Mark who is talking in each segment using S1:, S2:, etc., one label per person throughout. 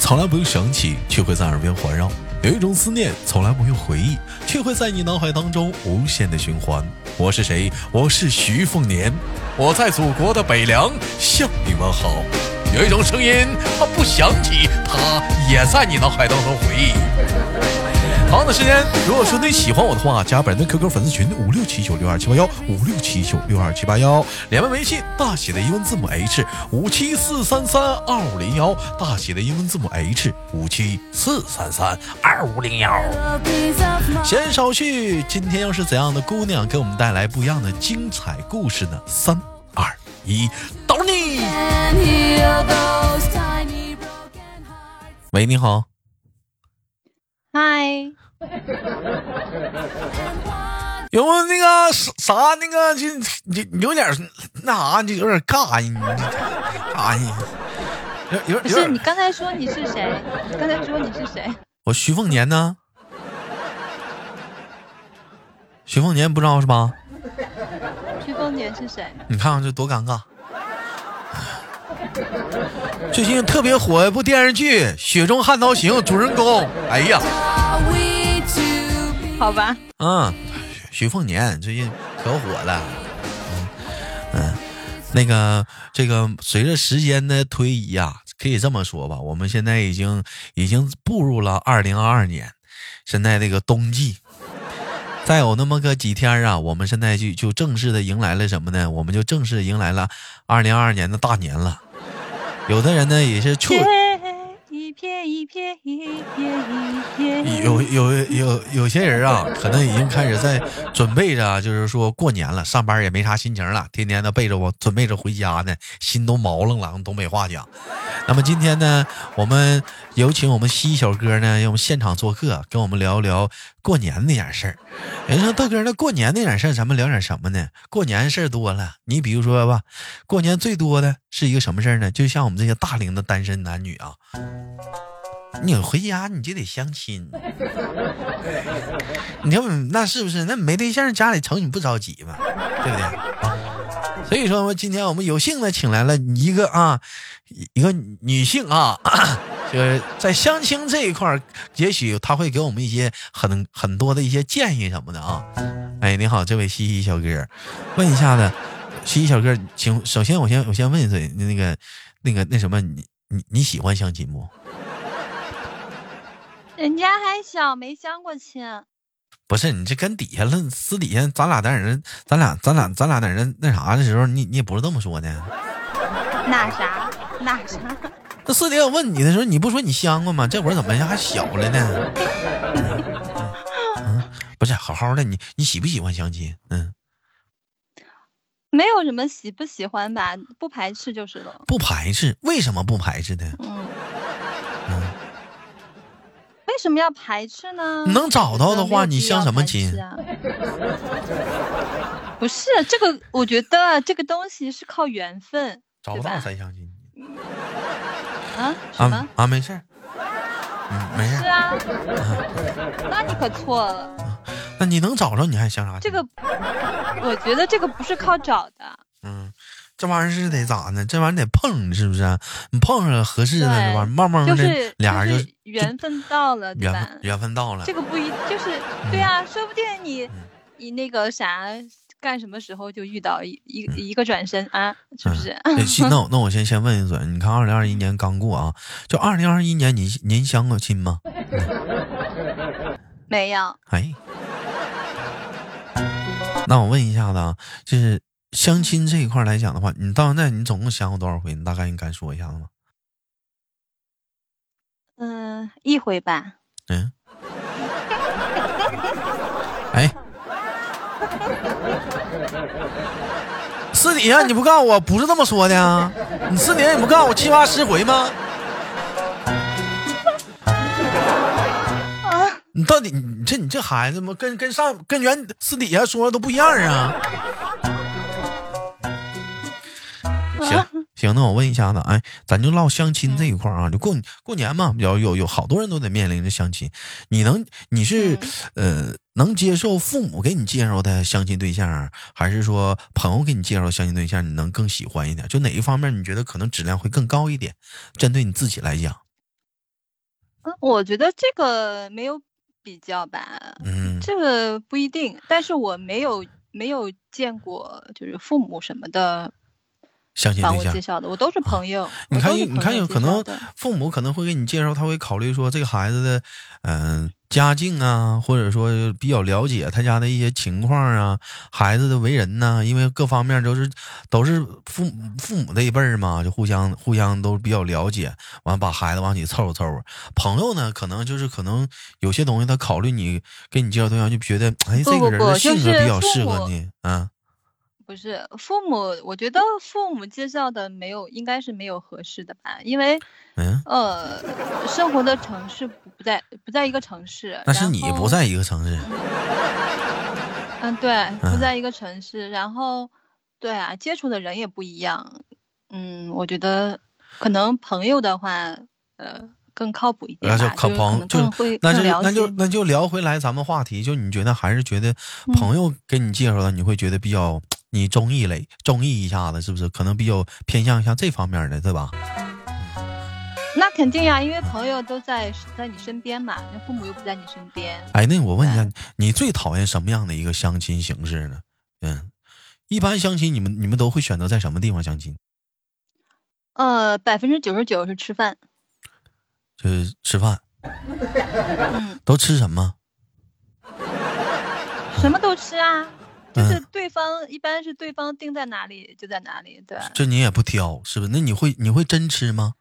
S1: 从来不用想起，却会在耳边环绕；有一种思念，从来不用回忆，却会在你脑海当中无限的循环。我是谁？我是徐凤年，我在祖国的北凉向你们好。有一种声音，它不响起，它也在你脑海当中回忆。同样的时间，如果说你喜欢我的话，加本人的 QQ 粉丝群五六七九六二七八幺五六七九六二七八幺，连麦微信大写的英文字母 H 五七四三三二五零幺，大写的英文字母 H 五七四三三二五零幺。闲少叙，今天又是怎样的姑娘给我们带来不一样的精彩故事呢？三二一，到你！喂，你好，
S2: 嗨，
S1: 有没有那个啥啥那个就你你有点儿那啥，就有点儿尬呀，你这尬呀，有有
S2: 不
S1: 有
S2: 是
S1: 点
S2: 你
S1: 儿。
S2: 刚才说你是谁？你刚才说你是谁？
S1: 我徐凤年呢？徐凤年不知道是吧？
S2: 徐凤年是谁？
S1: 你看看这多尴尬。最近特别火一部电视剧《雪中悍刀行》，主人公，哎呀，
S2: 好吧，
S1: 嗯，徐凤年最近可火了，嗯嗯，那个这个随着时间的推移啊，可以这么说吧，我们现在已经已经步入了二零二二年，现在这个冬季，再有那么个几天啊，我们现在就就正式的迎来了什么呢？我们就正式迎来了二零二二年的大年了。有的人呢也是处。
S2: 撇一撇一撇一撇一撇，
S1: 有有有有些人啊，可能已经开始在准备着啊，就是说过年了，上班也没啥心情了，天天的背着我准备着回家呢，心都毛愣了。用东北话讲，那么今天呢，我们有请我们西小哥呢，让我们现场做客，跟我们聊一聊过年那点事儿。人说豆哥，那过年那点事儿，咱们聊点什么呢？过年事儿多了，你比如说吧，过年最多的是一个什么事儿呢？就像我们这些大龄的单身男女啊。你回家你就得相亲，你要那是不是？那没对象，家里瞅你不着急嘛，对不对？所以说嘛，今天我们有幸呢，请来了一个啊，一一个女性啊， 就是在相亲这一块儿，也许她会给我们一些很很多的一些建议什么的啊。哎，你好，这位西西小哥，问一下子，西西小哥，请首先我先我先问一嘴，那个那个那什么，你你你喜欢相亲不？
S2: 人家还小，没相过亲。
S1: 不是你这跟底下论私底下，咱俩在人，咱俩咱俩咱俩在人那啥的时候，你你也不是这么说的。
S2: 那啥那啥，
S1: 那私底下我问你的时候，你不说你香过吗？这会儿怎么还小了呢？嗯嗯不是好好的，你你喜不喜欢相亲？嗯，
S2: 没有什么喜不喜欢吧，不排斥就是了。
S1: 不排斥，为什么不排斥呢？
S2: 嗯，为什么要排斥呢？
S1: 能找到的话，
S2: 嗯没有必要
S1: 你相什么亲
S2: 排斥？啊？不是这个，我觉得这个东西是靠缘分
S1: 找不
S2: 对
S1: 到
S2: 吧
S1: 才相亲
S2: 啊？什么？
S1: 啊啊，没事儿，嗯，没事
S2: 是
S1: 儿。
S2: 啊，那你可错了。
S1: 那你能找着，你还相啥亲？
S2: 这个，我觉得这个不是靠找的，
S1: 嗯，这玩意儿是得咋呢？这玩意儿得碰，是不是？你碰上了合适的这
S2: 对
S1: 玩意儿，慢慢
S2: 就
S1: 的
S2: 是
S1: 嗯俩人
S2: 就
S1: 就是
S2: 缘分到了，对
S1: 缘
S2: 吧
S1: 分？缘分嗯到了
S2: 这。个不一就是对啊，说不定你你那个啥干什么时候就遇到一
S1: 嗯
S2: 一一个转身啊，是不是？
S1: 那先哎那我那我先先问一嘴，你看二零二一年刚过啊，就二零二一年你您相过亲吗？
S2: 没有，
S1: 哎，那我问一下子啊，就是相亲这一块来讲的话，你到现在你总共相过多少回？你大概你敢说一下子吗？
S2: 嗯，一回吧。
S1: 嗯。 哎，私底下你不告诉我不是这么说的啊？你私底下你不告诉我七八十回吗？你到底你这你这孩子吗？跟跟上跟原私底下说的都不一样啊！行行，那我问一下子，哎，咱就唠相亲这一块儿啊，就过过年嘛，有有有好多人都得面临着相亲，你能你是、呃能接受父母给你介绍的相亲对象，啊还是说朋友给你介绍的相亲对象，你能更喜欢一点？就哪一方面你觉得可能质量会更高一点？针对你自己来讲，
S2: 嗯，我觉得这个没有比较吧，
S1: 嗯
S2: 这个不一定。但是我没有没有见过，就是父母什么的
S1: 相亲
S2: 帮
S1: 对
S2: 我
S1: 象
S2: 介。绍的，我都是朋友。
S1: 啊你
S2: 我
S1: 看
S2: 都是
S1: 有，你
S2: 朋
S1: 看，
S2: 友
S1: 有
S2: 介
S1: 可能
S2: 绍的
S1: 父母可能会给你介绍，他会考虑说这个孩子的，嗯、家境啊，或者说比较了解他家的一些情况啊，孩子的为人呐、因为各方面都是都是父母父母这一辈儿嘛，就互相互相都比较了解，完把孩子往起凑合凑合。朋友呢，可能就是可能有些东西他考虑你给你介绍对象，就觉得哎
S2: 不
S1: 这
S2: 不
S1: 个人
S2: 不
S1: 的
S2: 就
S1: 性格
S2: 是
S1: 比较
S2: 父
S1: 适合
S2: 母
S1: 你啊，
S2: 不是父母，我觉得父母介绍的没有，应该是没有合适的吧，因为
S1: 嗯，
S2: 呃，生活的城市不不在不在一个城市。
S1: 那是
S2: 然
S1: 你不
S2: 后
S1: 在一个城市，
S2: 嗯，对，
S1: 嗯
S2: 不在一个城市，然后，对啊，接触的人也不一样。嗯，我觉得可能朋友的话，呃，更靠谱一点
S1: 那啊就
S2: 吧，
S1: 可
S2: 就是可
S1: 朋
S2: 能
S1: 就
S2: 更会
S1: 那就
S2: 更了
S1: 那就
S2: 解。
S1: 那就聊回来咱们话题，就你觉得还是觉得
S2: 嗯
S1: 朋友给你介绍的，你会觉得比较你中意嘞，中意一下子是不是？可能比较偏向像这方面的，对吧？
S2: 那肯定呀，因为朋友都在在你身边嘛，那父母又不在你身边。
S1: 哎，那我问一下，你最讨厌什么样的一个相亲形式呢？嗯，一般相亲你们你们都会选择在什么地方相亲？
S2: 呃，百分之九十九是吃饭，
S1: 就是吃饭，
S2: 嗯，
S1: 都吃什么？
S2: 什么都吃啊，就是
S1: 嗯
S2: 对方一般是对方定在哪里就在哪里，对。
S1: 这你也不挑是不是？那你会你会真吃吗？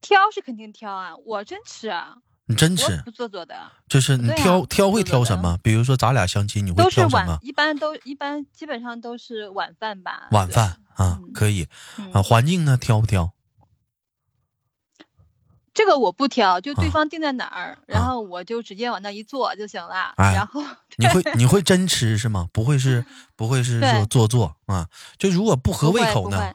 S2: 挑是肯定挑啊，我真吃啊，
S1: 你真
S2: 我
S1: 吃
S2: 不做作的啊。
S1: 就是你
S2: 对啊
S1: 挑、挑会
S2: 对
S1: 挑
S2: 的
S1: 什么？比如说咱俩相亲，你会
S2: 都是
S1: 挑什么
S2: 晚，？一般都一般基本上都是晚饭吧。
S1: 晚
S2: 对
S1: 饭啊，
S2: 嗯
S1: 可以
S2: 嗯
S1: 啊。环境呢，挑不挑？
S2: 这个我不挑，就对
S1: 啊
S2: 方定在哪儿，然
S1: 啊
S2: 后我就直接往那一坐就行了。
S1: 哎
S2: 然后
S1: 你 会你会真吃是吗？不会是不会是说
S2: 嗯对
S1: 做作啊？就如果不合
S2: 不
S1: 胃
S2: 会
S1: 口
S2: 不
S1: 呢
S2: 会？，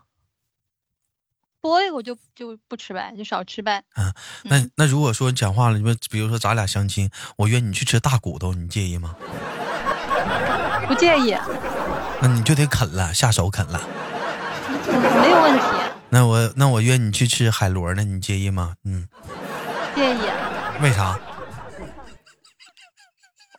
S2: 不会我就就不吃呗，就少吃呗。
S1: 啊，那
S2: 嗯
S1: 那如果说讲话了，你们比如说咱俩相亲，我约你去吃大骨头，你介意吗？
S2: 不介意，嗯
S1: 那你就得啃了，下手啃了。
S2: 没有问题，
S1: 那我那我约你去吃海螺呢，你介意吗？嗯，
S2: 介意。
S1: 为啥？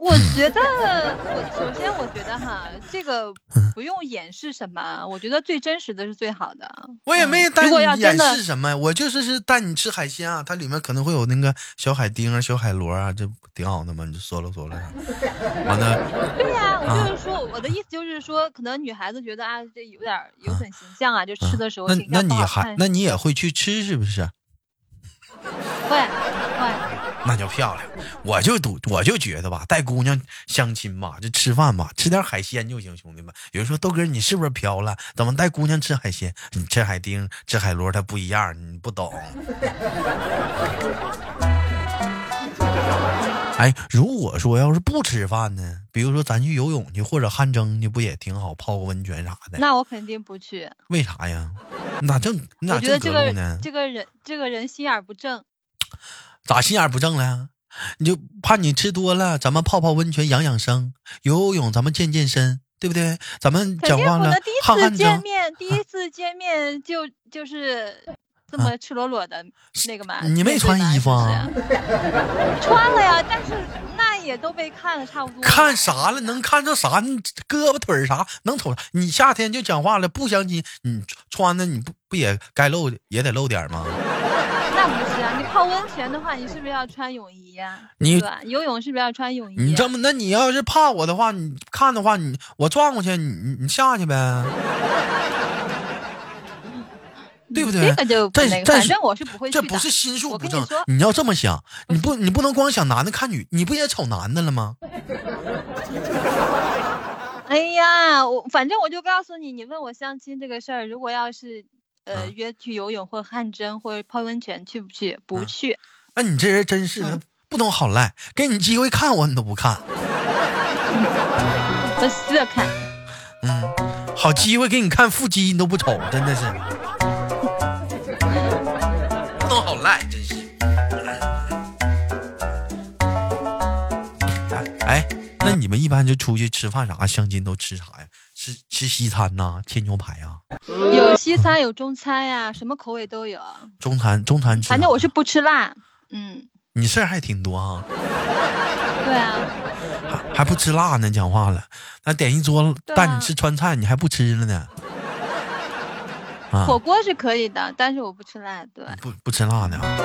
S2: 我觉得，我 首先我觉得哈，这个
S1: 嗯
S2: 不用掩饰什么，啊我觉得最真实的是最好的。
S1: 我也
S2: 嗯
S1: 没带
S2: 如果要
S1: 你
S2: 真
S1: 演
S2: 的
S1: 示什么呀，我就是是带你吃海鲜啊，它里面可能会有那个小海丁啊、小海螺啊，这不挺好的吗？你就嗦了嗦了啥，完了，
S2: 对呀、我
S1: 啊
S2: 就是说，我的意思就是说，可能女孩子觉得啊，这有点儿有
S1: 啊
S2: 损形象啊，就吃的时候
S1: 那
S2: 形
S1: 嗯那
S2: 象不
S1: 你
S2: 好
S1: 还
S2: 看，
S1: 那你也会去吃是不是？
S2: 会会，
S1: 那就漂亮，我就赌，我就觉得吧，带姑娘相亲吧，就吃饭吧，吃点海鲜就行，兄弟们。有人说豆哥你是不是飘了？怎么带姑娘吃海鲜？你吃海丁、吃海螺它不一样，你不懂。 哎，如果说要是不吃饭呢，比如说咱去游泳去，或者汗蒸去，不也挺好？泡个温泉啥的，
S2: 那我肯定不去。
S1: 为啥呀？你咋正你咋
S2: 我觉得
S1: 正
S2: 这
S1: 隔路
S2: 个
S1: 呢？
S2: 这个人这个人心眼儿不正，
S1: 咋心眼不正了？啊你就怕你吃多了，咱们泡泡温泉养养生，游游泳咱们健健身，对不对？咱们
S2: 肯
S1: 讲
S2: 定
S1: 话
S2: 不
S1: 了
S2: 能第，一
S1: 汗
S2: 次
S1: 汗
S2: 见
S1: 蒸，
S2: 面，第一次见面就就是这
S1: 啊
S2: 么赤裸裸的那个嘛。
S1: 你没
S2: 面对
S1: 穿
S2: 嘛
S1: 衣服啊
S2: 是不是穿了呀，但是那也都被看的差不多了。
S1: 看啥了？能看着啥？你胳膊腿儿啥能瞅啥？你夏天就讲话了，不相亲，你穿的你不不也该露也得露点儿吗？
S2: 那不是啊，你泡温泉的话，你是不是要穿泳衣呀、
S1: 你
S2: 对吧？游泳是不是要穿泳衣、啊？
S1: 你这么，那你要是怕我的话，你看的话，你我转过去，你你你下去呗，对不对？
S2: 这个就不
S1: 这
S2: 那个，
S1: 这
S2: 反
S1: 是
S2: 正我是不会去
S1: 这
S2: 的。
S1: 不是心术
S2: 我
S1: 不
S2: 跟你
S1: 正
S2: 说，
S1: 你要这么想，你不你不能光想男的看女，你不也瞅男的了吗？
S2: 哎呀，我反正我就告诉你，你问我相亲这个事儿，如果要是呃、
S1: 嗯
S2: 约去游泳或汗蒸或泡温泉，去不去？不
S1: 嗯
S2: 去。
S1: 那、你这人真是的，
S2: 嗯
S1: 不懂好赖，给你机会看我你都不看，
S2: 我色看，
S1: 嗯，好机会给你看腹肌你都不瞅，真的是，不懂好赖，真是。哎，那你们一般就出去吃饭啥相亲都吃啥呀？吃吃西餐呐、切牛排啊呀、
S2: 有西餐有中餐呀、什么口味都有。
S1: 中餐中餐吃啥。
S2: 反正我是不吃辣。嗯，
S1: 你事儿还挺多啊，
S2: 对啊，
S1: 还还不吃辣呢，讲话了，那点一桌
S2: 对啊
S1: 带你吃川菜，你还不吃了呢？啊，
S2: 火锅是可以的，但是我不吃辣。对，
S1: 不不吃辣呢啊。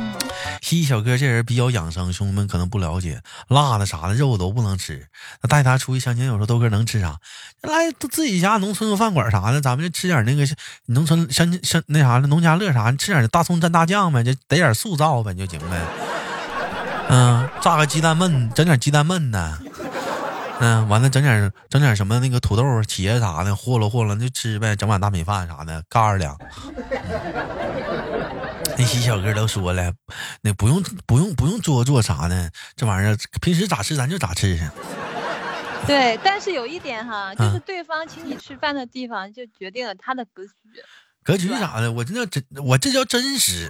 S2: 嗯，
S1: 西西小哥这人比较养生，兄弟们可能不了解，辣的啥的肉都不能吃。那带他出去相亲，有时候豆哥能吃啥？来都自己家农村饭馆啥的，咱们就吃点那个农村乡亲乡那啥的农家乐啥，吃点大葱蘸大酱呗，就得点塑造呗就行呗。嗯、炸个鸡蛋焖，整点鸡蛋焖呢。嗯、完了整点整点什么那个土豆、茄啥的，和了和了就吃呗，整碗大米饭啥的，嘎儿两。那西小哥都说了，那不用不用不用做做啥呢？这玩意儿平时咋吃咱就咋吃去。
S2: 对。但是有一点哈，就
S1: 嗯
S2: 是对方请你吃饭的地方，就决定了他的格局，
S1: 格局
S2: 啊
S1: 啥的，我这叫真，我这叫真实，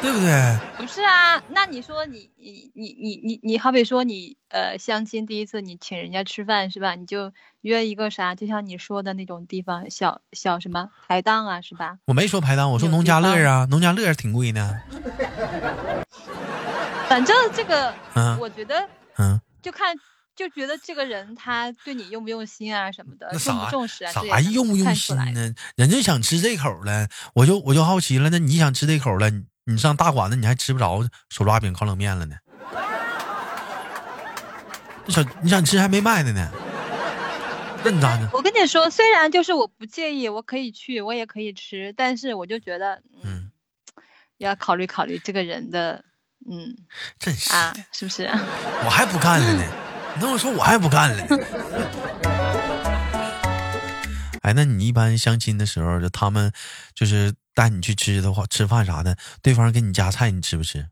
S1: 对不对？
S2: 不是啊？那你说你你你你你你，好比说你呃相亲第一次你请人家吃饭是吧？你就约一个啥，就像你说的那种地方，小小什么排档啊是吧？
S1: 我没说排档，我说农家乐啊，农家乐挺贵呢。
S2: 反正这个
S1: 嗯
S2: 我觉得
S1: 嗯，
S2: 就看。就觉得这个人他对你用不用心啊什么的，
S1: 那
S2: 重
S1: 啥
S2: 不重视啊？这也
S1: 啥
S2: 能
S1: 用不用
S2: 看出
S1: 心
S2: 来
S1: 呢？人家想吃这口了，我就我就好奇了，那你想吃这口了，你你上大馆子你还吃不着手抓饼、烤冷面了呢？你想你想吃还没卖的呢，那你咋整？
S2: 我跟你说，虽然就是我不介意，我可以去，我也可以吃，但是我就觉得，嗯，
S1: 嗯，
S2: 要考虑考虑这个人的，嗯
S1: 真是的。
S2: 啊，是 不是？
S1: 我还不干了呢，你那么说我还不干了 呢。哎，那你一般相亲的时候，就他们就是带你去吃的话，吃饭啥的，对方给你夹菜，你吃不吃？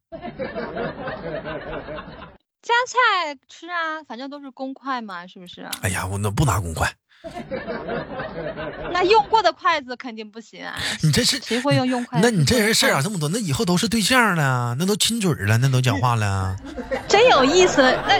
S2: 加菜吃啊，反正都是公筷嘛，是不是？
S1: 哎呀，我那不拿公筷，
S2: 啊那用过的筷子肯定不行啊，
S1: 你这 是
S2: 谁会用用筷子？
S1: 那你这人事儿咋这么多？那以后都是对象了，那都亲嘴儿了，那都讲话了。
S2: 真有意思，那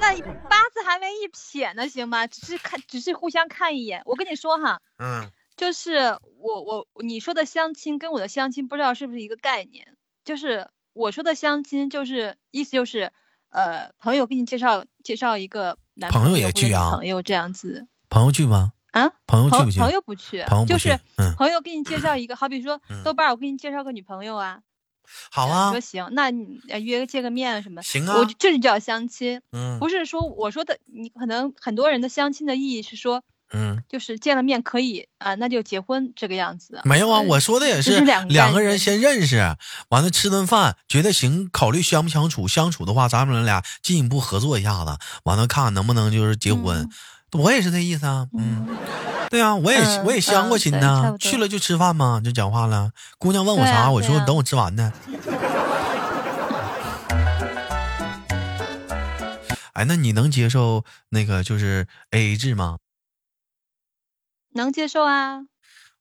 S2: 那八字还没一撇呢，行吗？只是看，只是互相看一眼。我跟你说哈，
S1: 嗯，
S2: 就是我我你说的相亲跟我的相亲不知道是不是一个概念，就是我说的相亲就是意思就是，呃，朋友给你介绍介绍一个男
S1: 朋友也
S2: 或者
S1: 去
S2: 女
S1: 啊
S2: 朋友这样子
S1: 朋友去吗？
S2: 啊，
S1: 朋友去
S2: 朋
S1: 不去？
S2: 朋友不去，
S1: 朋友不
S2: 就
S1: 去
S2: 是
S1: 嗯
S2: 朋友给你介绍一个，好比说
S1: 嗯
S2: 豆瓣儿，我给你介绍个女朋友啊，
S1: 好
S2: 你
S1: 啊
S2: 说，行，那你呃约见个面什么，
S1: 行啊
S2: 我，就这就叫相亲，
S1: 嗯
S2: 不是说我说的，你可能很多人的相亲的意义是说，
S1: 嗯，
S2: 就是见了面可以啊，那就结婚这个样子。
S1: 没有啊，我说的也
S2: 嗯这
S1: 是
S2: 是两个
S1: 两个
S2: 概念
S1: 人先认识，完了吃顿饭，觉得行，考虑相不相处，相处的话，咱们俩进一步合作一下子，完了看看能不能就是结婚。我也是这意思啊，嗯，对啊，我也、
S2: 嗯
S1: 我也相过亲
S2: 嗯对差
S1: 呐、
S2: 不多
S1: 去了就吃饭嘛，就讲话了。姑娘问我
S2: 对
S1: 啥，
S2: 啊
S1: 我
S2: 对
S1: 说
S2: 啊
S1: 等我吃完呢。哎，那你能接受那个就是 A A 制吗？
S2: 能接受啊，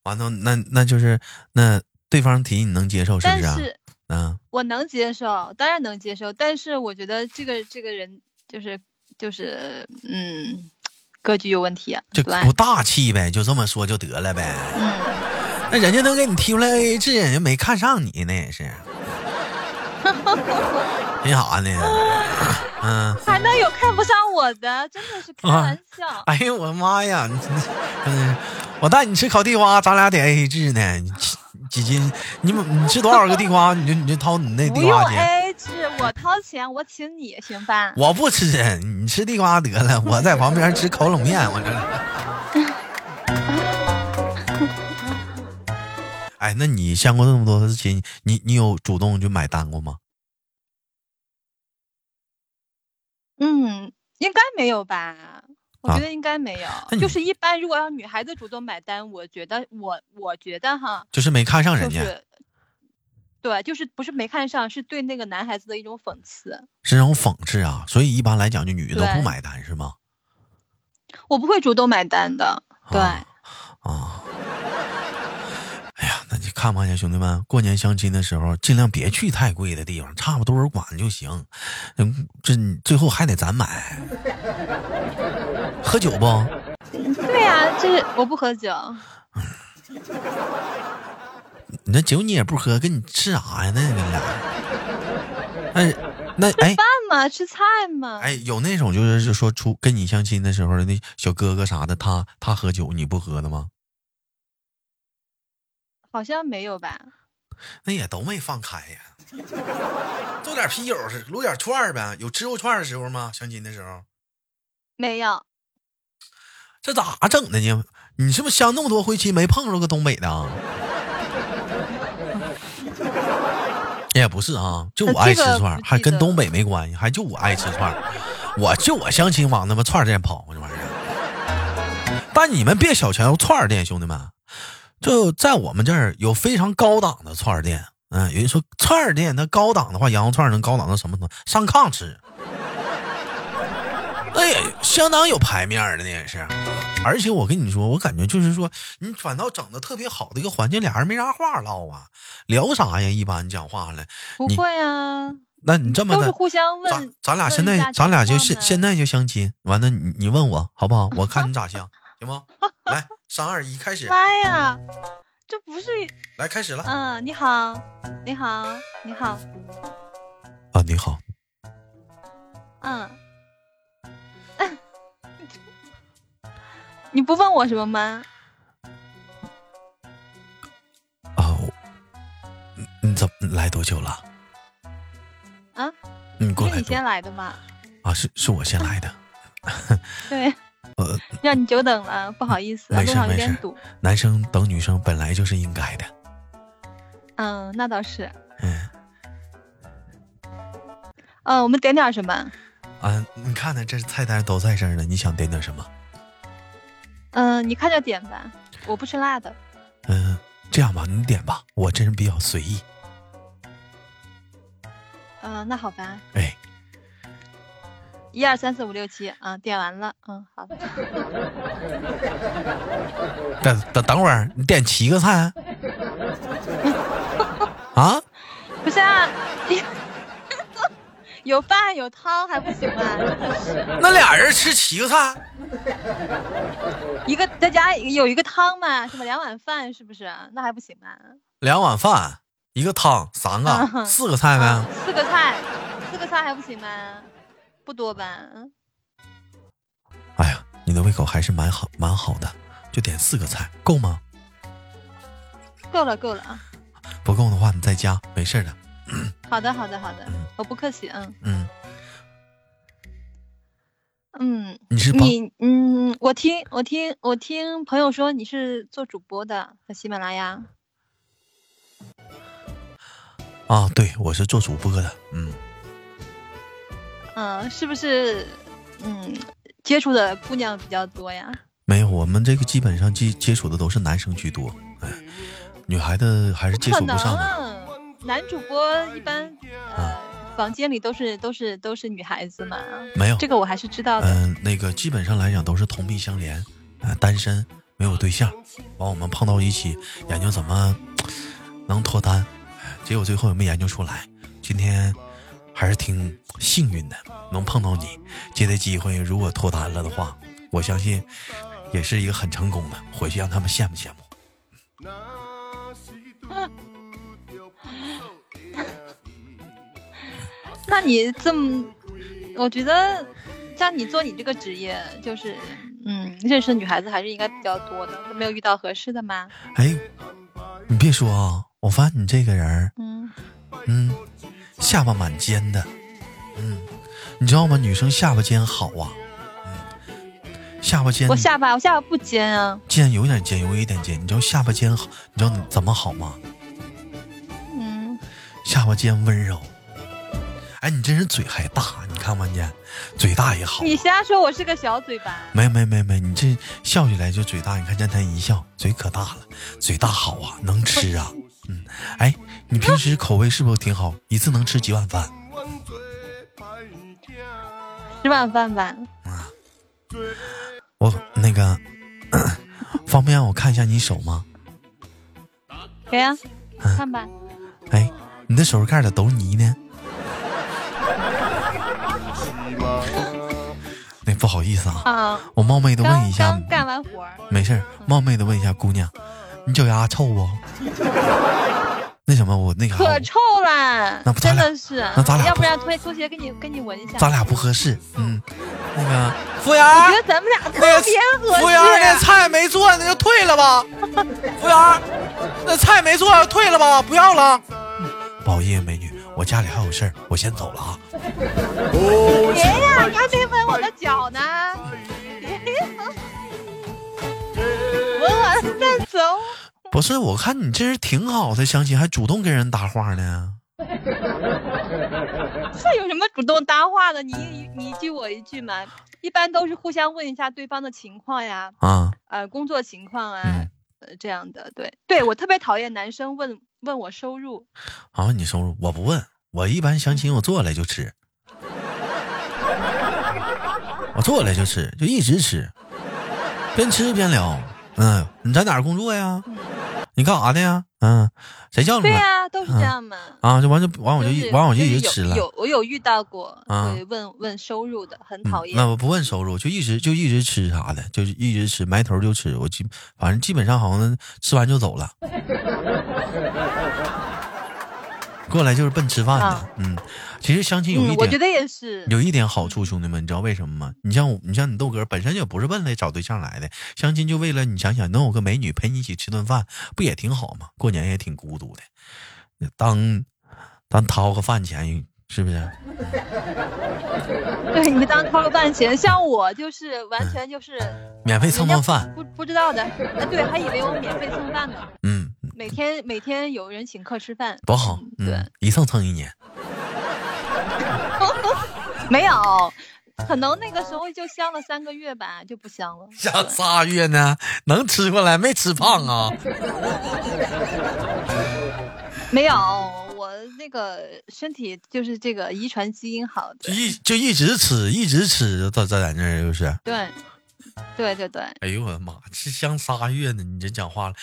S1: 完了，那那就是那对方提你能接受是不
S2: 但
S1: 是、啊？
S2: 是
S1: 嗯。
S2: 我能接受，当然能接受，但是我觉得这个这个人就是就是嗯，格局有问题、啊，
S1: 就
S2: 对吧
S1: 不大气呗，就这么说就得了呗。
S2: 嗯，
S1: 那人家能给你提出来 AA 制，人家没看上你，那也 是。啊那啥呢？嗯，
S2: 还能有看不上我的，真的是开
S1: 啊
S2: 玩笑。
S1: 哎呦我的妈呀！你真是真的是我带你吃烤地瓜，咱俩得 AA 制呢。你几几斤？你你吃多少个地瓜？你就你就掏你那
S2: 不
S1: 地
S2: 用
S1: 瓜去。
S2: AA 制，我掏钱，我请你，行吧？
S1: 我不吃，你吃地瓜得 了，我在旁边吃烤冷面，我这。哎，那你相过那么多次亲，你你有主动就买单过吗？
S2: 嗯，应该没有吧？我
S1: 啊
S2: 觉得应该没有，
S1: 那你
S2: 就是一般如果要女孩子主动买单，我觉得我我觉得哈，
S1: 就是没看上人
S2: 就
S1: 家，
S2: 是，对，就是不是没看上，是对那个男孩子的一种讽刺。
S1: 是那种讽刺啊。所以一般来讲，就女的都
S2: 对
S1: 不买单是吗？
S2: 我不会主动买单的，对，
S1: 啊 啊。哎呀，那你看吧，呀，兄弟们，过年相亲的时候尽量别去太贵的地方，差不多人管就行。嗯，这你最后还得咱买。 喝酒不？
S2: 对呀、这是我不喝酒，
S1: 你那酒你也不喝，跟你吃啥呀？那你俩那那哎
S2: 饭嘛，吃菜嘛。
S1: 哎，有那种就是就说出跟你相亲的时候那小哥哥啥的，他他喝酒你不喝的吗？
S2: 好像没有吧？
S1: 那也都没放开呀，做点啤酒，撸点串儿呗。有吃肉串儿的时候吗？相亲的时候，
S2: 没有，
S1: 这咋整的呢？你是不是相那么多回亲没碰着个东北的 啊？也不是啊，就我爱吃
S2: 这个
S1: 串儿，
S2: 不
S1: 还
S2: 记
S1: 跟
S2: 得
S1: 东北没关系，还就我爱吃串儿，我就我相亲往那么串儿店跑，这玩意儿。但你们别小瞧串儿店，兄弟们，就在我们这儿有非常高档的串儿店。嗯，有人说串儿店它高档的话，羊肉串儿能高档到什么程度？上炕吃，那也哎相当有排面儿的，那也是。而且我跟你说，我感觉就是说，你反倒整的特别好的一个环境，俩人没啥话唠啊，聊啥呀？一般你讲话了，
S2: 不
S1: 你
S2: 会啊，
S1: 那你这么
S2: 都是
S1: 的，
S2: 互相
S1: 咱
S2: 问。
S1: 咱俩
S2: 问
S1: 现
S2: 一
S1: 在
S2: 下
S1: 咱俩就
S2: 情况
S1: 现
S2: 呗
S1: 现在就相亲，完了你你问我好不好？我看你咋 相，行不？来，三二一，开始，
S2: 妈呀，
S1: 嗯
S2: 这不是
S1: 来开始了。
S2: 嗯，你好，你好，你好，
S1: 啊，你好，
S2: 嗯， 你不问我什么吗？
S1: 啊，我你你怎么来多久了？
S2: 啊，
S1: 你
S2: 不
S1: 过
S2: 是
S1: 来
S2: 你
S1: 多
S2: 先来的吗？
S1: 啊？是是我先来的，
S2: 对，
S1: 呃，
S2: 让你久等了，不好意思，
S1: 没
S2: 路
S1: 事
S2: 上
S1: 没
S2: 有点
S1: 事
S2: 堵。
S1: 男生等女生本来就是应该的。
S2: 嗯，那倒是。
S1: 嗯
S2: 嗯，我们点点什么？
S1: 啊，你看看这菜单都在这儿呢，你想点点什么？
S2: 嗯，你看着点吧，我不吃辣的。
S1: 嗯，这样吧，你点吧，我这人比较随意。
S2: 嗯，那好吧，
S1: 哎，
S2: 一二三四五六七，啊，点完了。嗯，好的。
S1: 等等等会儿，你点七个菜？啊？
S2: 不是啊，有饭有汤还不行吗？真的是。
S1: 那俩人吃七个菜？
S2: 一个在家有一个汤嘛，是吧？两碗饭是不是？那还不行吗？
S1: 两碗饭，一个汤，三个，
S2: 啊
S1: 四个菜
S2: 啊
S1: 呗？
S2: 四个菜，四个菜还不行吗？不多吧？
S1: 哎呀，你的胃口还是蛮好，蛮好的，就点四个菜够吗？
S2: 够了，够了啊！
S1: 不够的话，你在家没事儿的。
S2: 好的，好的，好的
S1: 嗯，
S2: 我不客气，嗯
S1: 嗯，
S2: 嗯。
S1: 你是帮
S2: 你嗯，我听我听我听朋友说你是做主播的，在喜马拉雅。
S1: 啊？对，我是做主播的。嗯，
S2: 嗯，是不是？嗯，接触的姑娘比较多呀。
S1: 没有，我们这个基本上接接触的都是男生居多，哎，女孩子还是接
S2: 可
S1: 触
S2: 能啊
S1: 不上的。
S2: 男主播一般呃，
S1: 啊
S2: 房间里都是都是都是女孩子嘛。
S1: 没有，
S2: 这个我还是知道的。
S1: 嗯、那个基本上来讲都是同病相怜，啊、单身没有对象，完我们碰到一起研究怎么能脱单，哎结果最后也没研究出来。今天还是挺幸运的，能碰到你，借这机会，如果脱单了的话，我相信也是一个很成功的，回去让他们羡慕羡慕。
S2: 那你这么，我觉得像你做你这个职业，就是嗯，认识的女孩子还是应该比较多的。都没有遇到合适的吗？
S1: 哎，你别说啊，我发现你这个人儿
S2: 嗯，
S1: 嗯，下巴蛮尖的，嗯，你知道吗？女生下巴尖好啊，嗯，下巴尖，
S2: 我下巴我下巴不尖啊，
S1: 尖有点尖，有一点尖。你知道下巴尖好，你知道怎么好吗？
S2: 嗯，
S1: 下巴尖温柔。哎，你这人嘴还大，你看不看见？嘴大也好。
S2: 你瞎说，我是个小嘴巴。
S1: 没没没没，你这笑起来就嘴大，你看站台一笑，嘴可大了，嘴大好啊，能吃啊，嗯，哎，你平时口味是不是挺好？一次能吃几碗饭？
S2: 吃晚饭吧，
S1: 我那个，方便让我看一下你手吗？
S2: 给呀、
S1: 嗯
S2: 看吧。
S1: 哎，你的手指盖咋都是泥呢？那不好意思啊，
S2: 啊，
S1: 我冒昧的问
S2: 刚
S1: 一下
S2: 刚，干完活儿，
S1: 没事儿，冒昧的问一下，姑娘，你脚丫臭不？那什么，我那个啊
S2: 可臭了
S1: 那不，咱
S2: 真
S1: 俩
S2: 的是
S1: 那咱俩，
S2: 要
S1: 不
S2: 不然拖拖鞋给你给你闻一下。
S1: 咱俩不合适。嗯，那个服务员
S2: 我
S1: 儿
S2: 觉，得咱们俩特
S1: 那个
S2: 别合适。
S1: 服务员儿，那菜没做，那就退了吧。服务员儿，那菜没做，退了吧，不要了。嗯不好意思，美女，我家里还有事儿，我先走了啊。
S2: 别呀，你还没闻我的脚呢。 闻完了再走。
S1: 不是，我看你这人挺好的，相亲还主动跟人搭话呢。
S2: 这有什么主动搭话的？你一你一句我一句嘛，一般都是互相问一下对方的情况呀，
S1: 啊，
S2: 呃，工作情况啊，
S1: 嗯
S2: 呃，这样的。对对，我特别讨厌男生问问我收入，
S1: 好、啊你收入我不问，我一般相亲我坐下来就吃，我坐下来就吃，就一直吃，边吃边聊。嗯，你在哪儿工作呀？你干啥的呀？嗯，谁叫你
S2: 对
S1: 来？
S2: 呀、都是这样嘛。
S1: 啊，就完就完我就一
S2: 是
S1: 完我就一
S2: 是
S1: 直吃
S2: 有
S1: 了。嗯
S2: 有我有遇到过，
S1: 啊
S2: 对，问问收入的，很
S1: 嗯
S2: 讨厌。
S1: 那我不问收入，就一直就一直吃啥的，就是一直吃，埋头就吃。我基反正基本上好像吃完就走了，过来就是奔吃饭的。
S2: 啊
S1: 嗯，其实相亲有一
S2: 嗯，我
S1: 点、
S2: 觉得也是。
S1: 有一点好处，兄弟们，你知道为什么吗？你像我，你像你豆哥本身也不是为了找对象来的，相亲就为了你想想能有个美女陪你一起吃顿饭，不也挺好吗？过年也挺孤独的，当当掏个饭钱是不是？
S2: 对你当掏个饭钱，像我就是完全就是
S1: 免费蹭蹭
S2: 人
S1: 饭，
S2: 家不不知道的，啊，对，还以为我免费蹭饭呢。
S1: 嗯，
S2: 每天每天有人请客吃饭，
S1: 多好，
S2: 嗯对
S1: 嗯，一蹭蹭一年，
S2: 没有，可能那个时候就香了三个月吧，就不香了。
S1: 像仨月呢，能吃过来没吃胖啊？
S2: 没有，我那个身体就是这个遗传基因好
S1: 就
S2: 的，
S1: 一就一直吃，一直吃，到在咱这儿就是。
S2: 对，对对对，
S1: 哎呦我的妈，这相仨月呢？你这讲话了，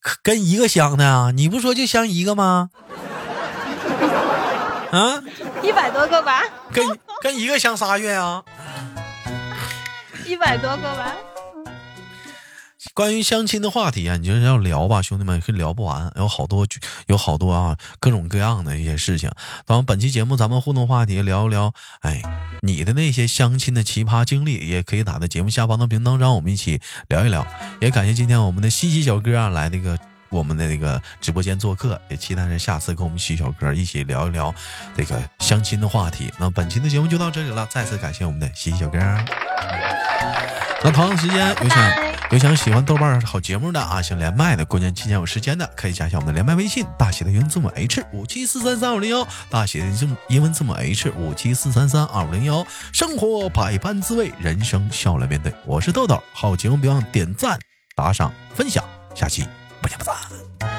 S1: 可跟一个相的啊？你不说就相一个吗？ 啊，
S2: 一百多个吧，
S1: 跟跟一个相仨月啊？
S2: 一百多个吧。
S1: 关于相亲的话题啊，你就是要聊吧，兄弟们，是聊不完，有好多剧，有好多啊，各种各样的一些事情。咱们本期节目，咱们互动话题聊一聊，哎，你的那些相亲的奇葩经历，也可以打在节目下方的评论，让我们一起聊一聊。也感谢今天我们的西西小哥啊，来那个。我们的那个直播间做客，也期待着下次跟我们西小哥一起聊一聊这个相亲的话题。那本期的节目就到这里了，再次感谢我们的西西小哥。那同样时间有想
S2: 拜拜
S1: 有想喜欢豆瓣儿好节目的啊，想连麦的，过年期间有时间的，可以加一下我们的连麦微信，大写的英文字母 H 五七四三三二五零幺，大写的英英文字母 H 五七四三三二五零幺。生活百般滋味，人生笑来面对。我是豆豆，好节目别忘点赞、打赏、分享，下期不见不散。